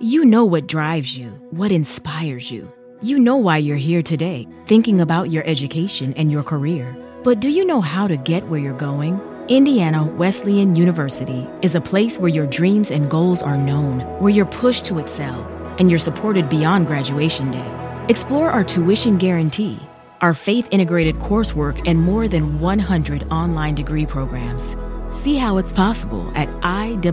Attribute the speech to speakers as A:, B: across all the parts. A: You know what drives you, what inspires you. You know why you're here today, thinking about your education and your career. But do you know how to get where you're going? Indiana Wesleyan University is a place where your dreams and goals are known, where you're pushed to excel, and you're supported beyond graduation day. Explore our tuition guarantee, our faith integrated coursework, and more than 100 online degree programs. See how it's possible at iwuishow.com.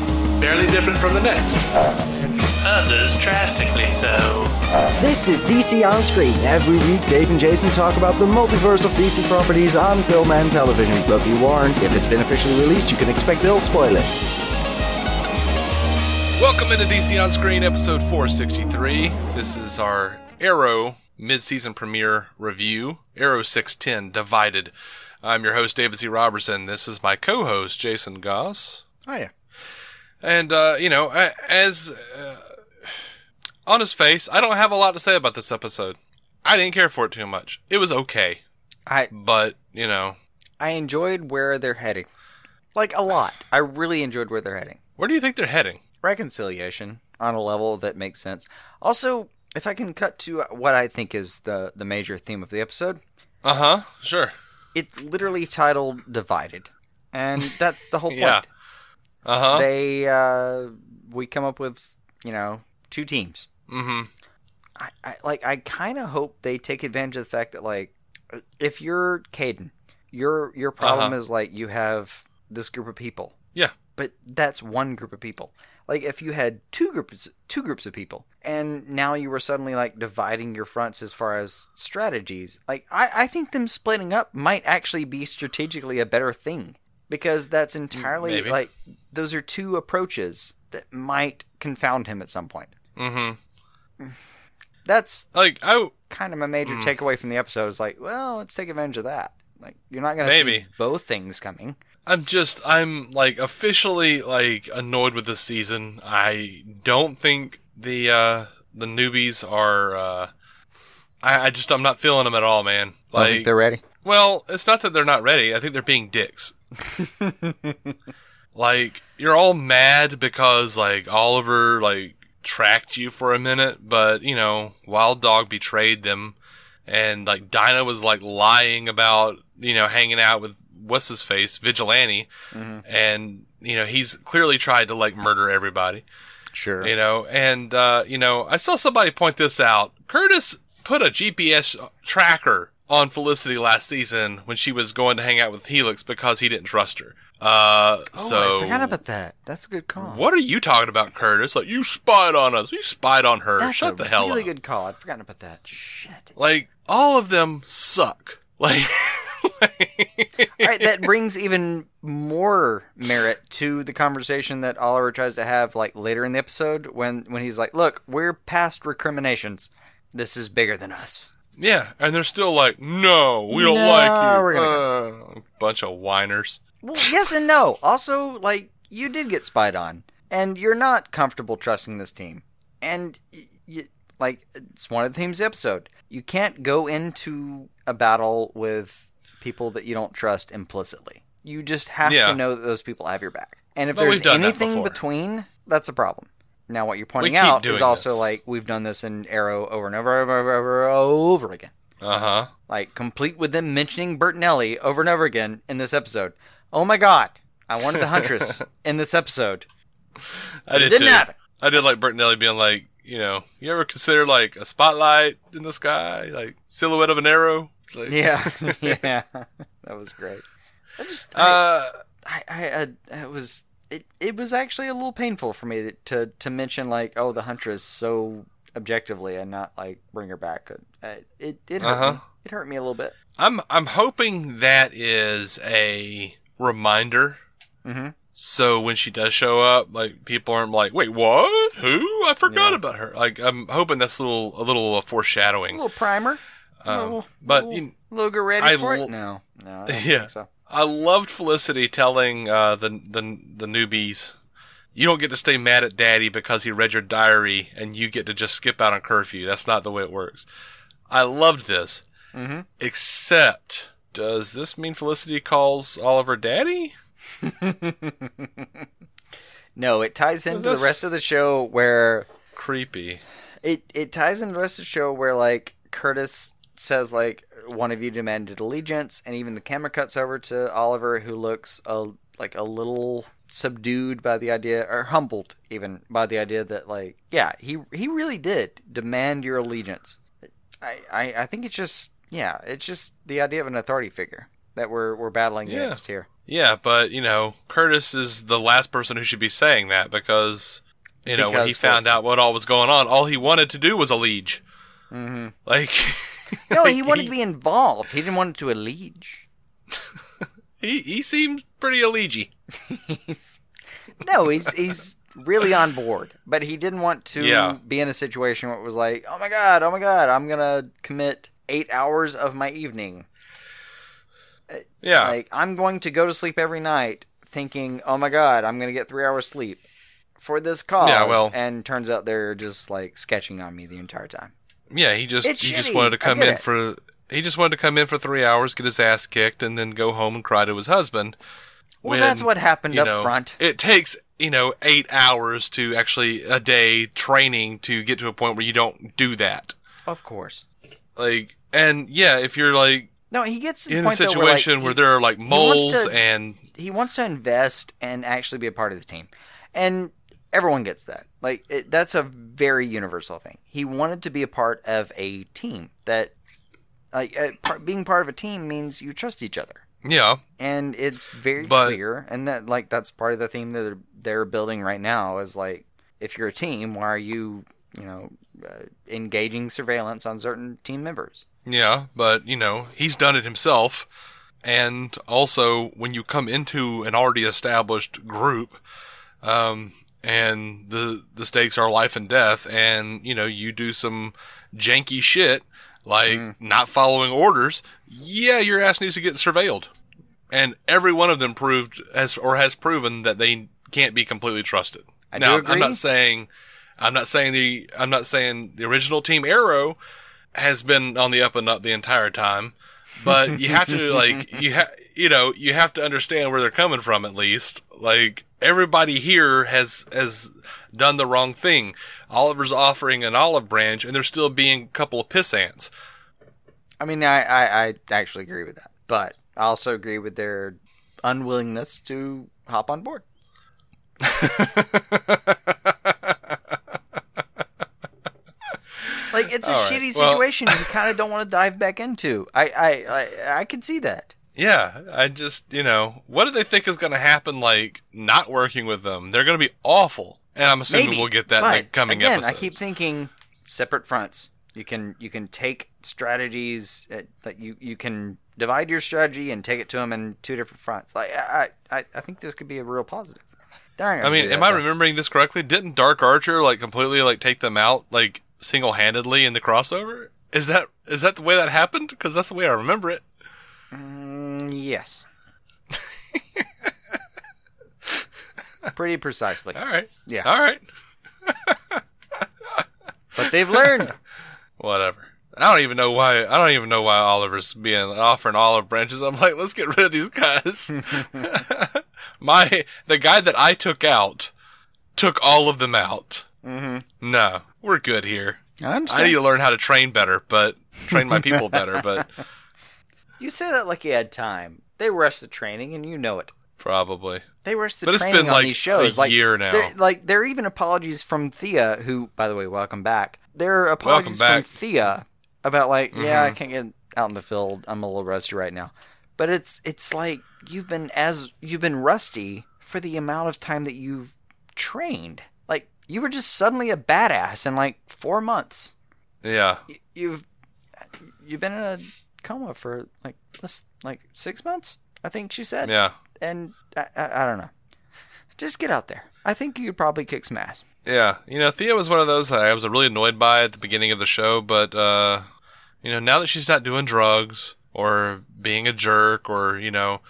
B: barely different from the next.
C: Ah. Others drastically so.
D: This is DC On Screen. Every week, Dave and Jason talk about the multiverse of DC properties on film and television. But be warned, if it's been officially released, you can expect they'll spoil it.
E: Welcome into DC On Screen, episode 463. This is our Arrow mid-season premiere review, Arrow 610 Divided. I'm your host, David C. Robertson. This is my co-host, Jason Goss.
F: Hiya.
E: And, uh, you know, a- as uh, on his face, I don't have a lot to say about this episode. I didn't care for it too much. It was okay,
F: I
E: but, you know,
F: I enjoyed where they're heading. Like a lot. I really enjoyed where they're heading.
E: where do you think they're heading?
F: Reconciliation on a level that makes sense. Also, if I can cut to what I think is the the major theme of the episode,
E: Uh-huh, sure.
F: it's literally titled Divided. And that's the whole point.
E: Yeah. Uh-huh.
F: They uh we come up with, you know, two teams.
E: mm-hmm.
F: I, I like I kind of hope they take advantage of the fact that like if you're Caden, your your problem
E: Uh-huh.
F: is like you have this group of people,
E: Yeah.
F: but that's one group of people. Like if you had two groups two groups of people and now you were suddenly like dividing your fronts as far as strategies. Like I I think them splitting up might actually be strategically a better thing because that's entirely
E: maybe.
F: like those are two approaches that might confound him at some point.
E: Mm-hmm. Mm.
F: That's
E: Like, I... w-
F: kind of my major takeaway from the episode is like, well, let's take advantage of that. Like, you're not going to
E: Maybe.
F: see both things coming.
E: I'm just I'm like officially like annoyed with this season. I don't think the uh the newbies are uh I, I just I'm not feeling them at all, man. Like
F: ready.
E: well, it's not that they're not ready. I think they're being dicks. like you're all mad because like Oliver like tracked you for a minute, but you know Wild Dog betrayed them, and like Dinah was like lying about you know hanging out with what's his face Vigilante, and you know he's clearly tried to like murder everybody.
F: Sure.
E: You know, and uh, you know, I saw somebody point this out. Curtis put a GPS tracker on Felicity last season when she was going to hang out with Helix because he didn't trust her. Uh,
F: oh,
E: so
F: I forgot about that. That's a good call.
E: what are you talking about, Curtis? Like you spied on us. You spied on her.
F: That's
E: Shut
F: a
E: the hell
F: really
E: up.
F: good call. I'd forgotten about that. Shit.
E: Like all of them suck. Like,
F: All right, that brings even more merit to the conversation that Oliver tries to have like later in the episode when when he's like, "Look, we're past recriminations. This is bigger than us."
E: yeah, and they're still like, no, we don't
F: No,
E: like you.
F: we're
E: Uh, bunch of whiners.
F: Well, yes and no. Also, like, you did get spied on, and you're not comfortable trusting this team. And, y- y- like, it's one of the themes of the episode. You can't go into a battle with people that you don't trust implicitly. You just have
E: Yeah.
F: to know that those people have your back. And if
E: Well, we've
F: there's
E: done that
F: anything
E: before.
F: between, that's a problem. Now, what you're pointing
E: keep
F: out is
E: doing
F: also
E: this.
F: like we've done this in Arrow over and over, over, over, over, over again
E: Uh huh.
F: like complete with them mentioning Bertinelli over and over again in this episode. Oh my god, I wanted the Huntress in this episode.
E: I did
F: Didn't
E: too.
F: happen.
E: I did like Bertinelli being like, you know, you ever consider like a spotlight in the sky, like silhouette of an arrow? Like,
F: Yeah, yeah, that was great. I just, I,
E: Uh,
F: I, I, I, I was, it, it was actually a little painful for me that, to to mention like, oh, the huntress so objectively, and not like bring her back. Uh, It it hurt
E: Uh-huh.
F: me. It hurt me a little bit.
E: I'm I'm hoping that is a reminder. Mm.
F: Mhm.
E: So when she does show up, like people aren't like, "Wait, what? Who? I forgot about her." Like I'm hoping that's a little a little uh,
F: A
E: foreshadowing.
F: little primer.
E: Um,
F: little-
E: but
F: little,
E: you-
F: little get ready
E: I
F: for
E: l-
F: it. No, no, I don't
E: Yeah.
F: think so.
E: I loved Felicity telling uh, the the the newbies, "You don't get to stay mad at Daddy because he read your diary, and you get to just skip out on curfew. That's not the way it works." I loved this,
F: Mhm.
E: except does this mean Felicity calls Oliver Daddy?
F: No, it ties into
E: this-
F: the rest of the show where
E: Creepy.
F: it it ties into the rest of the show where like Curtis says like one of you demanded allegiance, and even the camera cuts over to Oliver, who looks a like a little subdued by the idea or humbled even by the idea that like yeah he he really did demand your allegiance. I I, I think it's just yeah it's just the idea of an authority figure that we're we're battling
E: Yeah.
F: against here.
E: Yeah, but you know, Curtis is the last person who should be saying that because you know when he
F: Because
E: found
F: Felicity-
E: out what all was going on, all he wanted to do was allege. Mm-hmm. Like,
F: No, he wanted to be involved. He didn't want to allege.
E: he he seems pretty allege.
F: No, he's he's really on board, but he didn't want to
E: Yeah.
F: be in a situation where it was like, oh my god, oh my god, I'm gonna commit eight hours of my evening.
E: Yeah,
F: Like I'm going to go to sleep every night thinking, oh my god, I'm gonna get three hours sleep for this cause.
E: Yeah, well-
F: and turns out they're just like sketching on me the entire time.
E: yeah. He just
F: It's
E: he just
F: shitty.
E: wanted to
F: I
E: come
F: get
E: in
F: it.
E: for he just wanted to come in for three hours, get his ass kicked, and then go home and cry to his husband.
F: Well, that's what happened
E: you
F: up
E: know,
F: front.
E: It takes you know eight hours to actually a day training to get to a point where you don't do that.
F: Of course.
E: Like, and yeah, if you're like
F: No, he gets to the
E: in a
F: point, though, where, like,
E: situation
F: he-
E: where, there are like
F: wants
E: moles
F: to-
E: and
F: he wants to invest and actually be a part of the team, and everyone gets that. Like it, that's a very universal thing. He wanted to be a part of a team. That like uh, par- being part of a team means you trust each other,
E: yeah,
F: and it's very
E: But-
F: clear. And that like that's part of the theme that they're, they're building right now is like if you're a team, why are you you know uh, engaging surveillance on certain team members?
E: yeah, but you know he's done it himself. And also, when you come into an already established group, um, and the the stakes are life and death, and you know you do some janky shit like
F: Mm.
E: not following orders, yeah, your ass needs to get surveilled. And every one of them proved has or has proven that they can't be completely trusted.
F: I do
E: now, I'm
F: agree.
E: not saying I'm not saying the I'm not saying the original team Arrow has been on the up and up the entire time, but you have to like you ha- you know you have to understand where they're coming from at least. Like everybody here has has done the wrong thing. Oliver's offering an olive branch, and they're still being a couple of pissants.
F: I mean, I, I, I actually agree with that, but I also agree with their unwillingness to hop on board. like it's a
E: All right,
F: shitty
E: well-
F: situation you kind of don't want to dive back into. I, I, I, I can see that.
E: Yeah, I just you know what do they think is going to happen? Like not working with them, they're going to be awful. And I'm assuming
F: Maybe
E: we'll get that in
F: but
E: the coming
F: again,
E: episodes.
F: I keep thinking separate fronts. You can you can take strategies uh, that you you can divide your strategy and take it to them in two different fronts. Like I I, I think this could be a real positive. Darn, Mm,
E: I mean, am I remembering this correctly? Didn't Dark Archer like completely like take them out like single handedly in the crossover? Is that is that the way that happened? Because that's the way I remember it.
F: Yes. Pretty precisely,
E: All right.
F: Yeah.
E: All right.
F: but they've learned.
E: Whatever. I don't even know why. I don't even know why Oliver's being offering olive branches. I'm like, let's get rid of these guys. My the guy that I took out took all of them out. Mm-hmm. No, we're good here.
F: I
E: I need to learn how to train better, but train my people better. But
F: You say that like you had time. They rushed the training, and you know it.
E: probably.
F: They rush the
E: But it's
F: training
E: been,
F: on
E: like,
F: these shows.
E: a
F: like
E: year now.
F: there- like there are even apologies from Thea, who, by the way, welcome back. There are apologies from
E: back. Mm-hmm.
F: Thea about like, yeah, I can't get out in the field. I'm a little rusty right now. But it's it's like you've been as you've been rusty for the amount of time that you've trained. Like you were just suddenly a badass in like four months.
E: Yeah.
F: Y- You've you've been in a coma for like less like six months. I think she said
E: Yeah.
F: and I, I, I don't know. Just get out there. I think you could probably kick some ass.
E: Yeah, you know, Thea was one of those that I was really annoyed by at the beginning of the show, but uh, you know, now that she's not doing drugs or being a jerk or you know,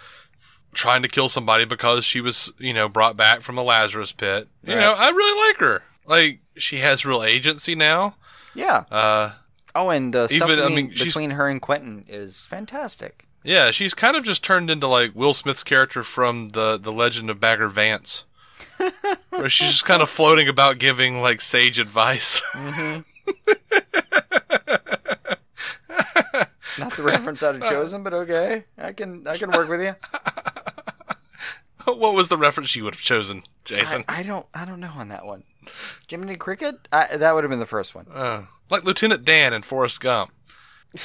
E: trying to kill somebody because she was you know brought back from the Lazarus pit, you know, I really like her. Like she has real agency now.
F: Yeah.
E: Uh,
F: Oh, and the stuff
E: even- I
F: between,
E: mean, she's-
F: between her and Quentin is fantastic.
E: yeah, she's kind of just turned into like Will Smith's character from the the Legend of Bagger Vance, where she's just kind of floating about giving like sage advice.
F: Not the reference
E: Uh,
F: I'd have chosen, but okay, I can I can work with you.
E: what was the reference you would have chosen, Jason?
F: I, I don't I don't know on that one. Jiminy Cricket? I, that would have been the first one.
E: Uh, like Lieutenant Dan in Forrest Gump.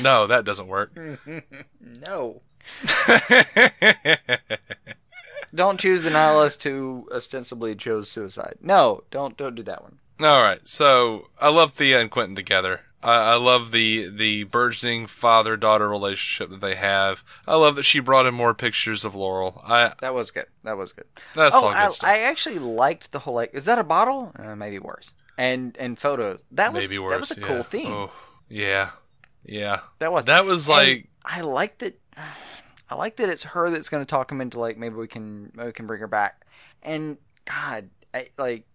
E: No, that doesn't work.
F: Hmm. No. don't choose the nihilist who ostensibly chose suicide. No, don't don't do that one.
E: All right, so I love Thea and Quentin together. I, I love the the burgeoning father daughter relationship that they have. I love that she brought in more pictures of Laurel. I
F: That was good. That was good.
E: That's
F: oh,
E: all good
F: I,
E: stuff.
F: I actually liked the whole like, is that a bottle? Uh, maybe worse. And and photos. That was
E: maybe worse.
F: that was a
E: yeah.
F: cool theme.
E: Oh, yeah, yeah.
F: That was
E: That was
F: and
E: like-
F: I liked that. I like that it's her that's going to talk him into like maybe we can maybe we can bring her back. And God, I, like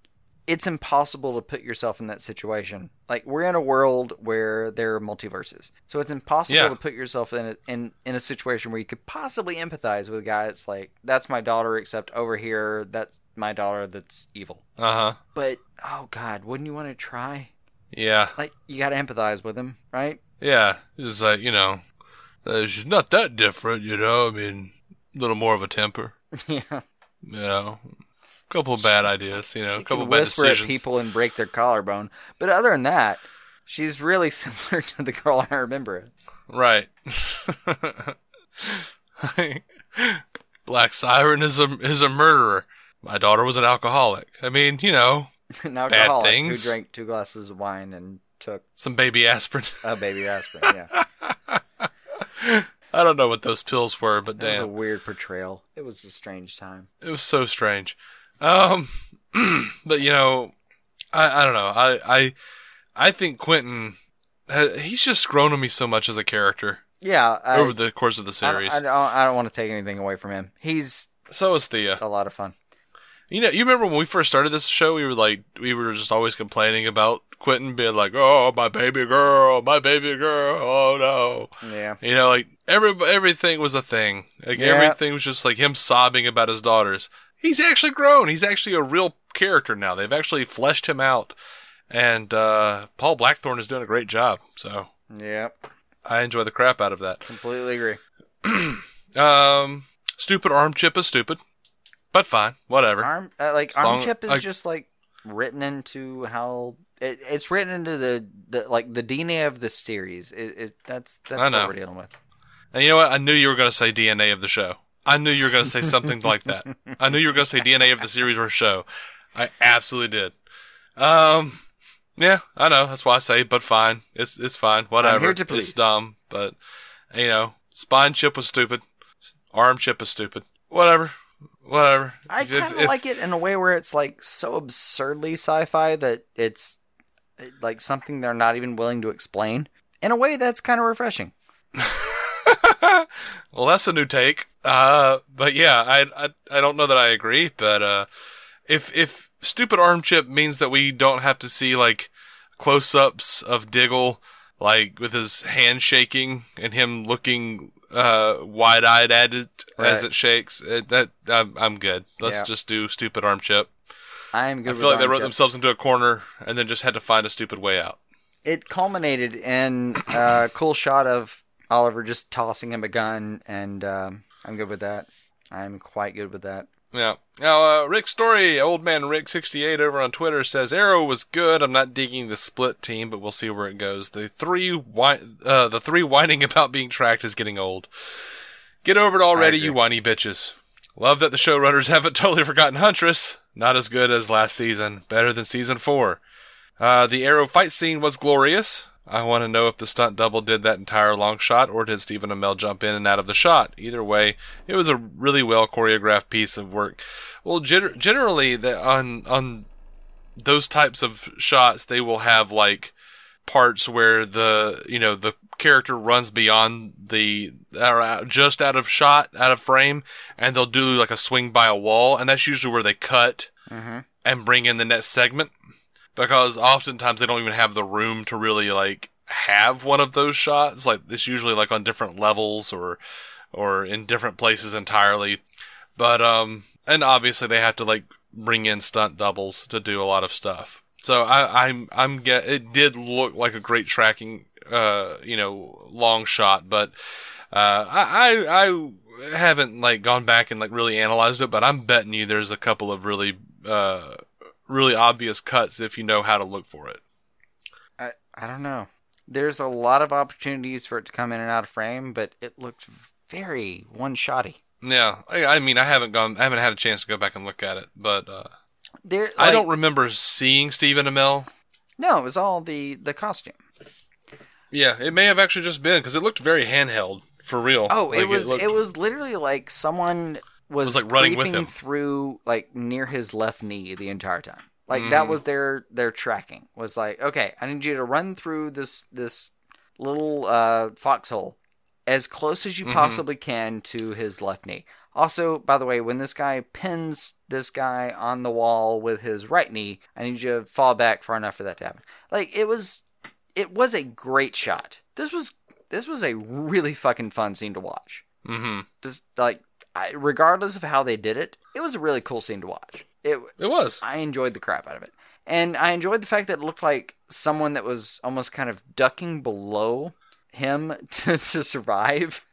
F: it's impossible to put yourself in that situation. Like we're in a world where there are multiverses, so it's impossible
E: Yeah.
F: to put yourself in a, in in a situation where you could possibly empathize with a guy that's like, "That's my daughter," except over here, that's my daughter that's evil.
E: Uh huh.
F: But oh God, wouldn't you want to try?
E: Yeah,
F: Like you got to empathize with him, right?
E: yeah. It's like you know, uh, she's not that different. You know, I mean, a little more of a temper.
F: yeah.
E: You know, a couple of bad ideas. You know, a
F: She
E: couple
F: can
E: of bad
F: whisper
E: decisions.
F: at people and break their collarbone. But other than that, she's really similar to the girl I remember.
E: Right. Black Siren is a is a murderer. My daughter was an alcoholic. I mean, you know,
F: An alcoholic who
E: things.
F: drank two glasses of wine and took
E: some baby aspirin.
F: a baby aspirin. Yeah, that
E: I don't know what those pills were, but
F: was a
E: damn,
F: weird portrayal. It was a strange time.
E: it was so strange. Um, but you know, I I don't know. I I I think Quentin, ha- he's just grown on me so much as a character
F: Yeah, I,
E: over the course of the
F: I don't-
E: series.
F: I don't, I don't want to take anything away from him. He's
E: so is Thea.
F: a lot of fun.
E: You know, you remember when we first started this show, we were like, we were just always complaining about Quentin being like, "Oh, my baby girl, my baby girl, oh
F: Yeah,
E: no," you know, like every everything was a thing. Like
F: Yeah.
E: everything was just like him sobbing about his daughters. He's actually grown. He's actually a real character now. They've actually fleshed him out, and uh, Paul Blackthorne is doing a great job. So
F: yeah,
E: I enjoy the crap out of that.
F: completely agree.
E: Um, stupid arm chip is stupid, but fine, whatever.
F: Arm uh, like
E: long-
F: arm chip is
E: like-
F: just like written into how it, it's written into the, the like the DNA of the series. It, it that's that's
E: I know.
F: what we're dealing with.
E: And you know what? I knew you were going to say DNA of the show. I knew you were going to say something like that. I knew you were going to say DNA of the series or show. I absolutely did. Um, yeah, I know. That's why I say, but fine. It's it's fine. Whatever.
F: here to please.
E: It's dumb, but you know, spine chip was stupid. Arm chip is stupid. Whatever. Whatever.
F: I kind of like it in a way where it's like so absurdly sci-fi that it's eh, like something they're not even willing to explain. In a way, that's kind of refreshing.
E: Well, that's a new take. Uh, but yeah, I, I I don't know that I agree. But uh, if if stupid arm chip means that we don't have to see like close-ups of Diggle, like with his hand shaking and him looking uh wide-eyed at it as
F: Right.
E: it shakes, it, that I'm, I'm good. Let's
F: Yeah.
E: just do stupid arm chip.
F: I am good.
E: I
F: with
E: feel like they
F: arm
E: wrote
F: chip.
E: themselves into a corner and then just had to find a stupid way out.
F: It culminated in a cool shot of Oliver just tossing him a gun, and um, I'm good with that. I'm quite good with that.
E: Yeah. Now, uh, Rick Story, old man Rick68 over on Twitter says Arrow was good. I'm not digging the split team, but we'll see where it goes. The three, whi- uh, the three whining about being tracked is getting old. Get over it already, you whiny bitches. Love that the showrunners haven't totally forgotten Huntress. Not as good as last season. Better than season four. Uh, the Arrow fight scene was glorious. I want to know if the stunt double did that entire long shot or did Stephen Amell jump in and out of the shot. Either way, it was a really well choreographed piece of work. Well, gen- generally, the, on on those types of shots, they will have like parts where the you know the character runs beyond the or out- just out of shot, out of frame, and they'll do like a swing by a wall, and that's usually where they cut and bring in the next segment because oftentimes they don't even have the room to really like have one of those shots. Like it's usually like on different levels or or in different places entirely. But um and obviously they have to like bring in stunt doubles to do a lot of stuff. So I, I'm I'm get it did look like a great tracking uh you know long shot, but uh I I, I haven't like gone back and like really analyzed it, but I'm betting you there's a couple of really uh really obvious cuts if you know how to look for it.
F: I I don't know. There's a lot of opportunities for it to come in and out of frame, but it looked very one shotty.
E: Yeah, I, I mean, I haven't gone, I haven't had a chance to go back and look at it, but uh,
F: There,
E: I
F: like-
E: don't remember seeing Stephen Amell.
F: No, it was all the the costume.
E: Yeah, it may have actually just been because it looked very handheld for real.
F: Oh,
E: Like,
F: it was it,
E: looked-
F: was literally like someone was,
E: was, like, running with
F: creeping
E: him.
F: through like near his left knee the entire time. Like
E: Mm.
F: that was their their tracking. Was like, okay, I need you to run through this this little uh, foxhole as close as you
E: Mm-hmm.
F: possibly can to his left knee. Also, by the way, when this guy pins this guy on the wall with his right knee, I need you to fall back far enough for that to happen. Like it was it was a great shot. This was this was a really fucking fun scene to watch.
E: Mhm.
F: Just like I, regardless of how they did it, it was a really cool scene to watch. It
E: It was.
F: I enjoyed the crap out of it, and I enjoyed the fact that it looked like someone that was almost kind of ducking below him to, to survive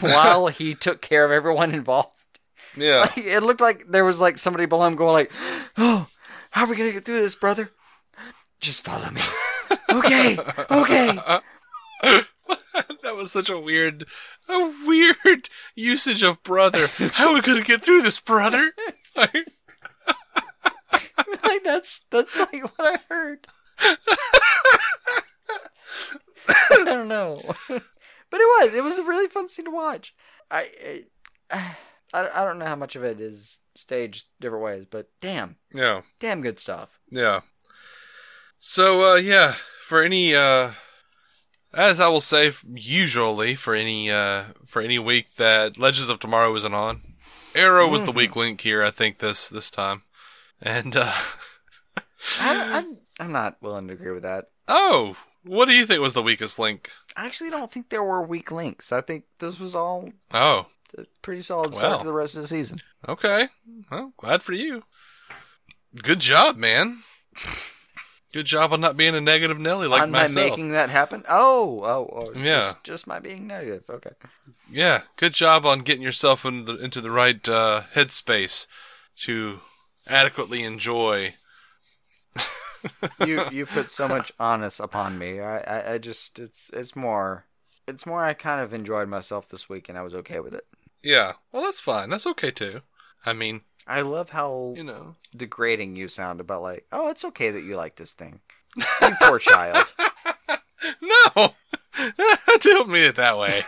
F: while he took care of everyone involved.
E: Yeah,
F: Like, it looked like there was like somebody below him going like, "Oh, how are we gonna get through this, brother? Just follow me." okay, okay.
E: that was such a weird, a weird usage of brother. How are we gonna get through this, brother? Like,
F: like that's that's like what I heard. I don't know, but it was it was a really fun scene to watch. I I, I don't- I don't know how much of it is staged different ways, but damn,
E: yeah.
F: damn good stuff.
E: Yeah. So uh, yeah, for any uh, as I will say f- usually for any uh, for any week that Legends of Tomorrow isn't on, Arrow was the
F: Mm-hmm.
E: weak link here. I think this this time, and uh,
F: I, I'm I'm not willing to agree with that.
E: oh, what do you think was the weakest link?
F: I actually don't think there were weak links. I think this was all
E: Oh,
F: a pretty solid start
E: Wow.
F: to the rest of the season.
E: okay. Well, glad for you. Good job, man. Good job on not being a negative Nelly like
F: On my
E: myself.
F: making that happen. Oh, oh, oh
E: Yeah.
F: Just, just my being negative. Okay.
E: Yeah, good job on getting yourself in the, into the right uh, headspace to adequately enjoy.
F: you you put so much onus upon me. I, I, I just it's it's more it's more I kind of enjoyed myself this week and I was okay with it.
E: Yeah, well, that's fine. That's okay too. I mean,
F: I love how
E: you know,
F: degrading you sound about like, oh, it's okay that you like this thing. You poor child.
E: no, don't mean it that way.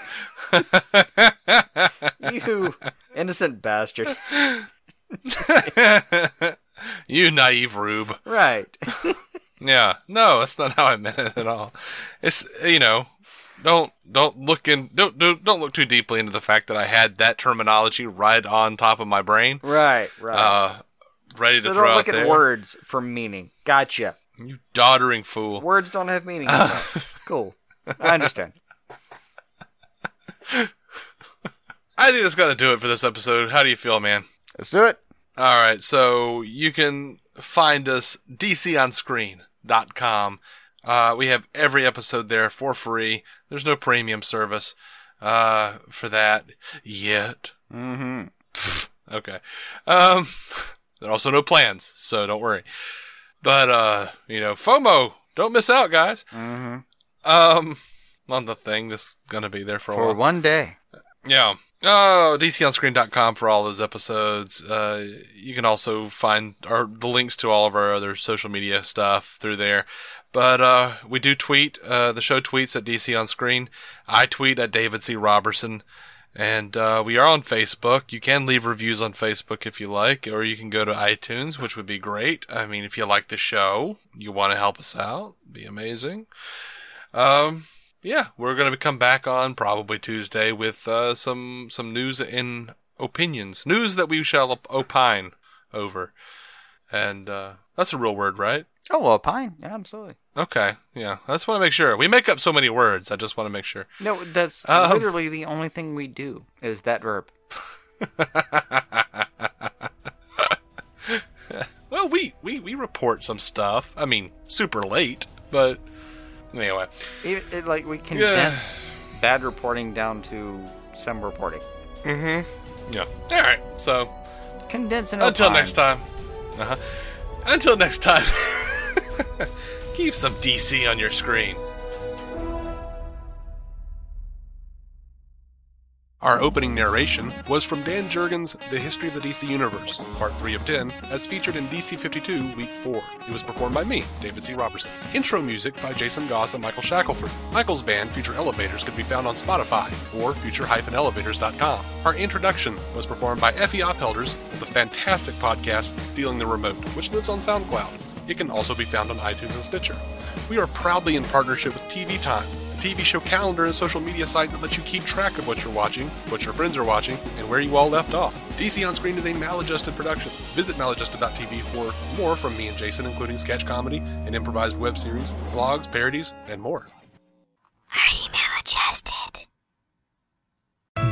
F: You innocent bastard.
E: you naive rube.
F: Right.
E: Yeah, no, that's not how I meant it at all. It's you know, don't don't look in don't don't, don't look too deeply into the fact that I had that terminology right on top of my brain,
F: Right, right.
E: uh, ready
F: so
E: to throw
F: don't
E: out
F: look at
E: there.
F: words for meaning. Gotcha.
E: You doddering fool.
F: Words don't have meaning. cool. I understand.
E: I think that's going to do it for this episode. How do you feel, man?
F: Let's do it.
E: All right, so you can find us dconscreen.com. Uh, we have every episode there for free. There's no premium service uh, for that yet.
F: Mm-hmm.
E: Okay. Um, there are also no plans, so don't worry. But uh, you know, FOMO, don't miss out, guys.
F: Mm-hmm.
E: Um, on the thing that's gonna be there for, a
F: For
E: while.
F: one day.
E: Yeah. Oh, DCOnScreen.com for all those episodes. Uh, you can also find our, the links to all of our other social media stuff through there. But uh, we do tweet. Uh, the show tweets at DC on Screen. I tweet at David C. Robertson. And uh, we are on Facebook. You can leave reviews on Facebook if you like, or you can go to iTunes, which would be great. I mean, if you like the show, you want to help us out, be amazing. Um, yeah, we're going to come back on probably Tuesday with uh, some some news and opinions, news that we shall op- opine over, and uh, that's a real word, right?
F: Oh, well, pine. Yeah, absolutely.
E: Okay, yeah, I just want to make sure we make up so many words. I just want to make sure.
F: No, that's
E: Um,
F: literally the only thing we do is that verb.
E: Well, we we we report some stuff. I mean, super late, but anyway,
F: It, it, like we condense bad reporting down to some reporting.
E: yeah. All right, so
F: Condense and
E: Until
F: opine.
E: next time. Uh-huh. Until next time. Keep some DC on your screen. Our opening narration was from Dan Jurgens' The History of the DC Universe, Part 3 of 10, as featured in DC 52, Week 4. It was performed by me, David C. Robertson. Intro music by Jason Goss and Michael Shackelford. Michael's band, Future Elevators, could be found on Spotify or future-elevators.com. Our introduction was performed by Effie Ophelders of the fantastic podcast Stealing the Remote, which lives on SoundCloud. It can also be found on iTunes and Stitcher. We are proudly in partnership with TV Time the TV show calendar and social media site that lets you keep track of what you're watching, what your friends are watching, and where you all left off. DC On Screen is a maladjusted production. Visit maladjusted.tv for more from me and Jason, including sketch comedy, an improvised web series, vlogs, parodies, and more.
G: Are you maladjusted?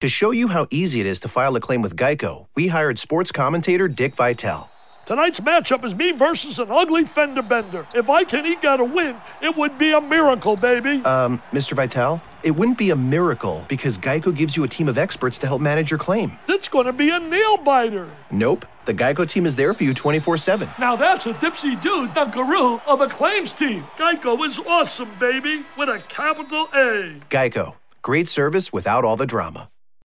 H: To show you how easy it is to file a claim with Geico, we hired sports commentator Dick Vitale.
I: Tonight's matchup is me versus an ugly fender bender. If I can eke out a win, it would be a miracle, baby.
H: Um, Mr. Vitale, it wouldn't be a miracle because Geico gives you a team of experts to help manage your claim.
I: That's going to be a nail biter.
H: Nope, the Geico team is there for you 24 7.
I: Now that's a dipsy do dunkaroo of a claims team. Geico is awesome, baby, with a capital A.
H: Geico, great service without all the drama.